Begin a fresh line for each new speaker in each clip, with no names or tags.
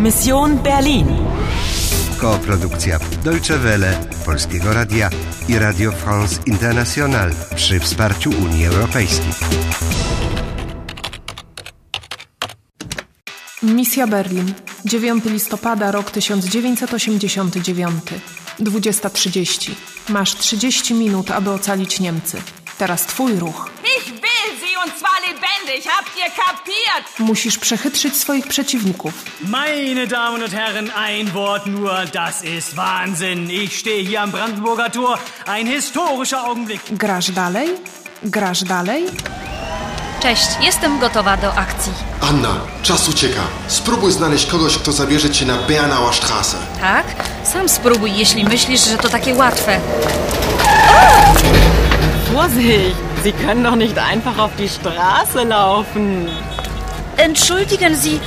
Mission Berlin.
Koprodukcja Deutsche Welle, Polskiego Radia i Radio France International przy wsparciu Unii Europejskiej.
Misja Berlin. 9 listopada rok 1989. 20.30. Masz 30 minut, aby ocalić Niemcy. Teraz twój ruch.
Ich will sie und zwar lebendig. Habt ihr kapiert?
Musisz przechytrzyć swoich przeciwników.
Meine Damen und Herren, ein Wort nur, das ist Wahnsinn. Ich stehe hier am Brandenburger Tor. Ein historischer Augenblick.
Grasz dalej? Grasz dalej?
Cześć, jestem gotowa do akcji.
Anna, czas ucieka. Spróbuj znaleźć kogoś, kto zabierze cię na Beanauer Straße.
Tak? Sam spróbuj, jeśli myślisz, że to takie łatwe.
Vorsicht! Sie können doch nicht einfach auf die Straße laufen.
Entschuldigen Sie,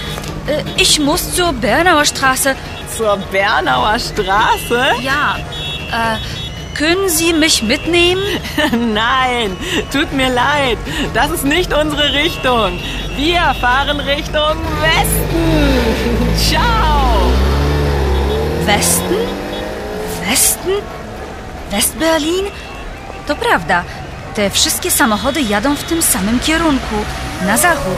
e, ich muss zur Bernauer Straße.
Zur Bernauer Straße?
Ja, äh, können Sie mich mitnehmen?
Nein, tut mir leid. Das ist nicht unsere Richtung. Wir fahren Richtung Westen. Ciao!
Westen? Westen? West-Berlin? To prawda. Te wszystkie samochody jadą w tym samym kierunku na zachód.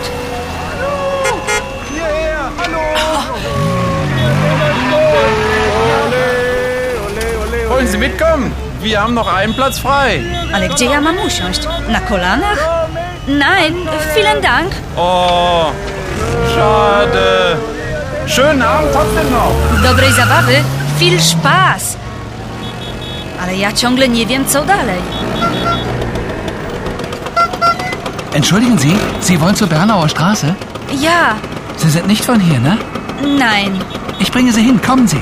Wollen Sie mitkommen? Wir haben noch einen Platz frei.
Ale gdzie ja mam usiąść? Na kolanach? Nein, vielen Dank.
Oh, schade. Schönen Abend trotzdem noch.
Dobrej zabawy, viel Spaß. Ale ja ciągle nie wiem, co dalej.
Entschuldigen Sie, Sie wollen zur Bernauer Straße?
Ja,
Sie sind nicht von hier, ne?
nein.
Ich bringe Sie hin, kommen Sie.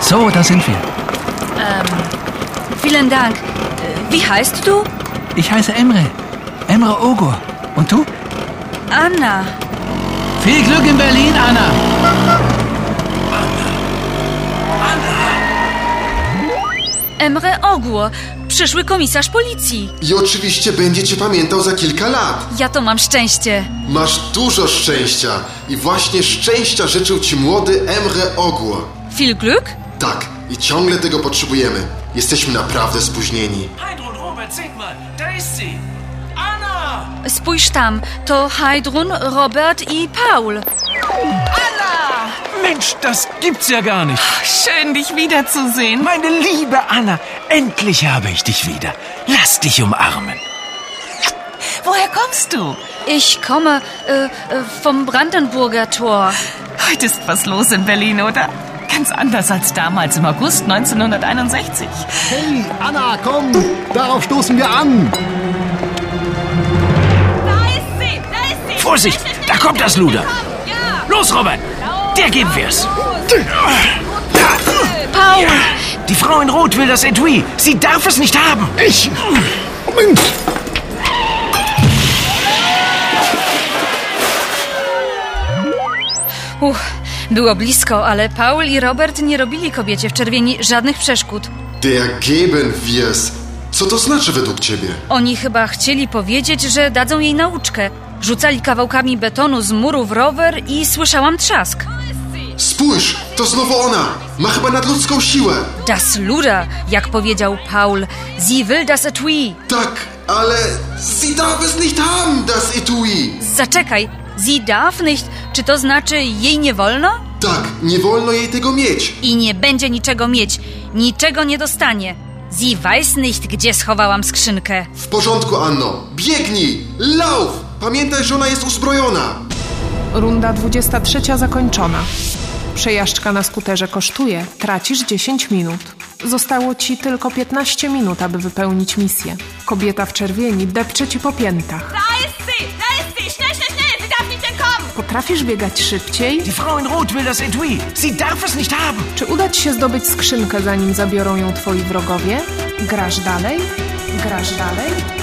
So, da sind wir.
Vielen Dank. Äh, Wie heißt du?
Ich heiße Emre. Emre Ogur. Und du?
Anna.
Viel Glück in Berlin, Anna.
Emre Ogur, przyszły komisarz policji.
I oczywiście będzie cię pamiętał za kilka lat.
Ja to mam szczęście.
Masz dużo szczęścia. I właśnie szczęścia życzył ci młody Emre Ogło.
Viel Glück?
Tak, i ciągle tego potrzebujemy. Jesteśmy naprawdę spóźnieni.
Heidrun, Robert, seht mal, da ist sie. Anna!
Spójrz tam, to Heidrun, Robert i Paul.
Mensch, das gibt's ja gar nicht.
Schön, dich wiederzusehen.
Meine liebe Anna, endlich habe ich dich wieder. Lass dich umarmen.
Woher kommst du?
Ich komme äh, äh, vom Brandenburger Tor.
Heute ist was los in Berlin, oder? Ganz anders als damals im August 1961.
Da ist sie, da ist sie.
Vorsicht,
Schnell, schnell,
da
schnell,
kommt das
schnell,
Luder.
komm, Ja.
Los, Robert, der geben wir's.
Paul,
Die Frau in Rot will das Etui. Sie darf es nicht haben. Ich.
uch, było blisko, ale Paul i Robert nie robili kobiecie w czerwieni żadnych przeszkód.
Der geben wir's. Co to znaczy według ciebie?
Oni chyba chcieli powiedzieć, że dadzą jej nauczkę. Rzucali kawałkami betonu z muru w rower i słyszałam trzask.
Spójrz, to znowu ona. Ma chyba nadludzką siłę.
Das Luda, jak powiedział Paul. Sie will das Etui.
Tak, ale sie darf es nicht haben, das Etui.
Zaczekaj, sie darf nicht. Czy to znaczy jej nie wolno?
Tak, nie wolno jej tego mieć.
I nie będzie niczego mieć. Niczego nie dostanie. Sie weiß nicht, gdzie schowałam skrzynkę.
W porządku, Anno. Biegnij! Lauf! Pamiętaj, że ona jest uzbrojona.
Runda 23 zakończona. Przejażdżka na skuterze kosztuje, tracisz 10 minut. Zostało ci tylko 15 minut, aby wypełnić misję. Kobieta w czerwieni depcze ci po piętach.
Da ist sie, da ist sie. Schnell, schnell, schnell. Sie darf nicht entkommen.
Potrafisz biegać szybciej?
Die Frau in Rot will das Etui. Sie darf es nicht haben.
Czy uda ci się zdobyć skrzynkę, zanim zabiorą ją twoi wrogowie? Grasz dalej? Grasz dalej?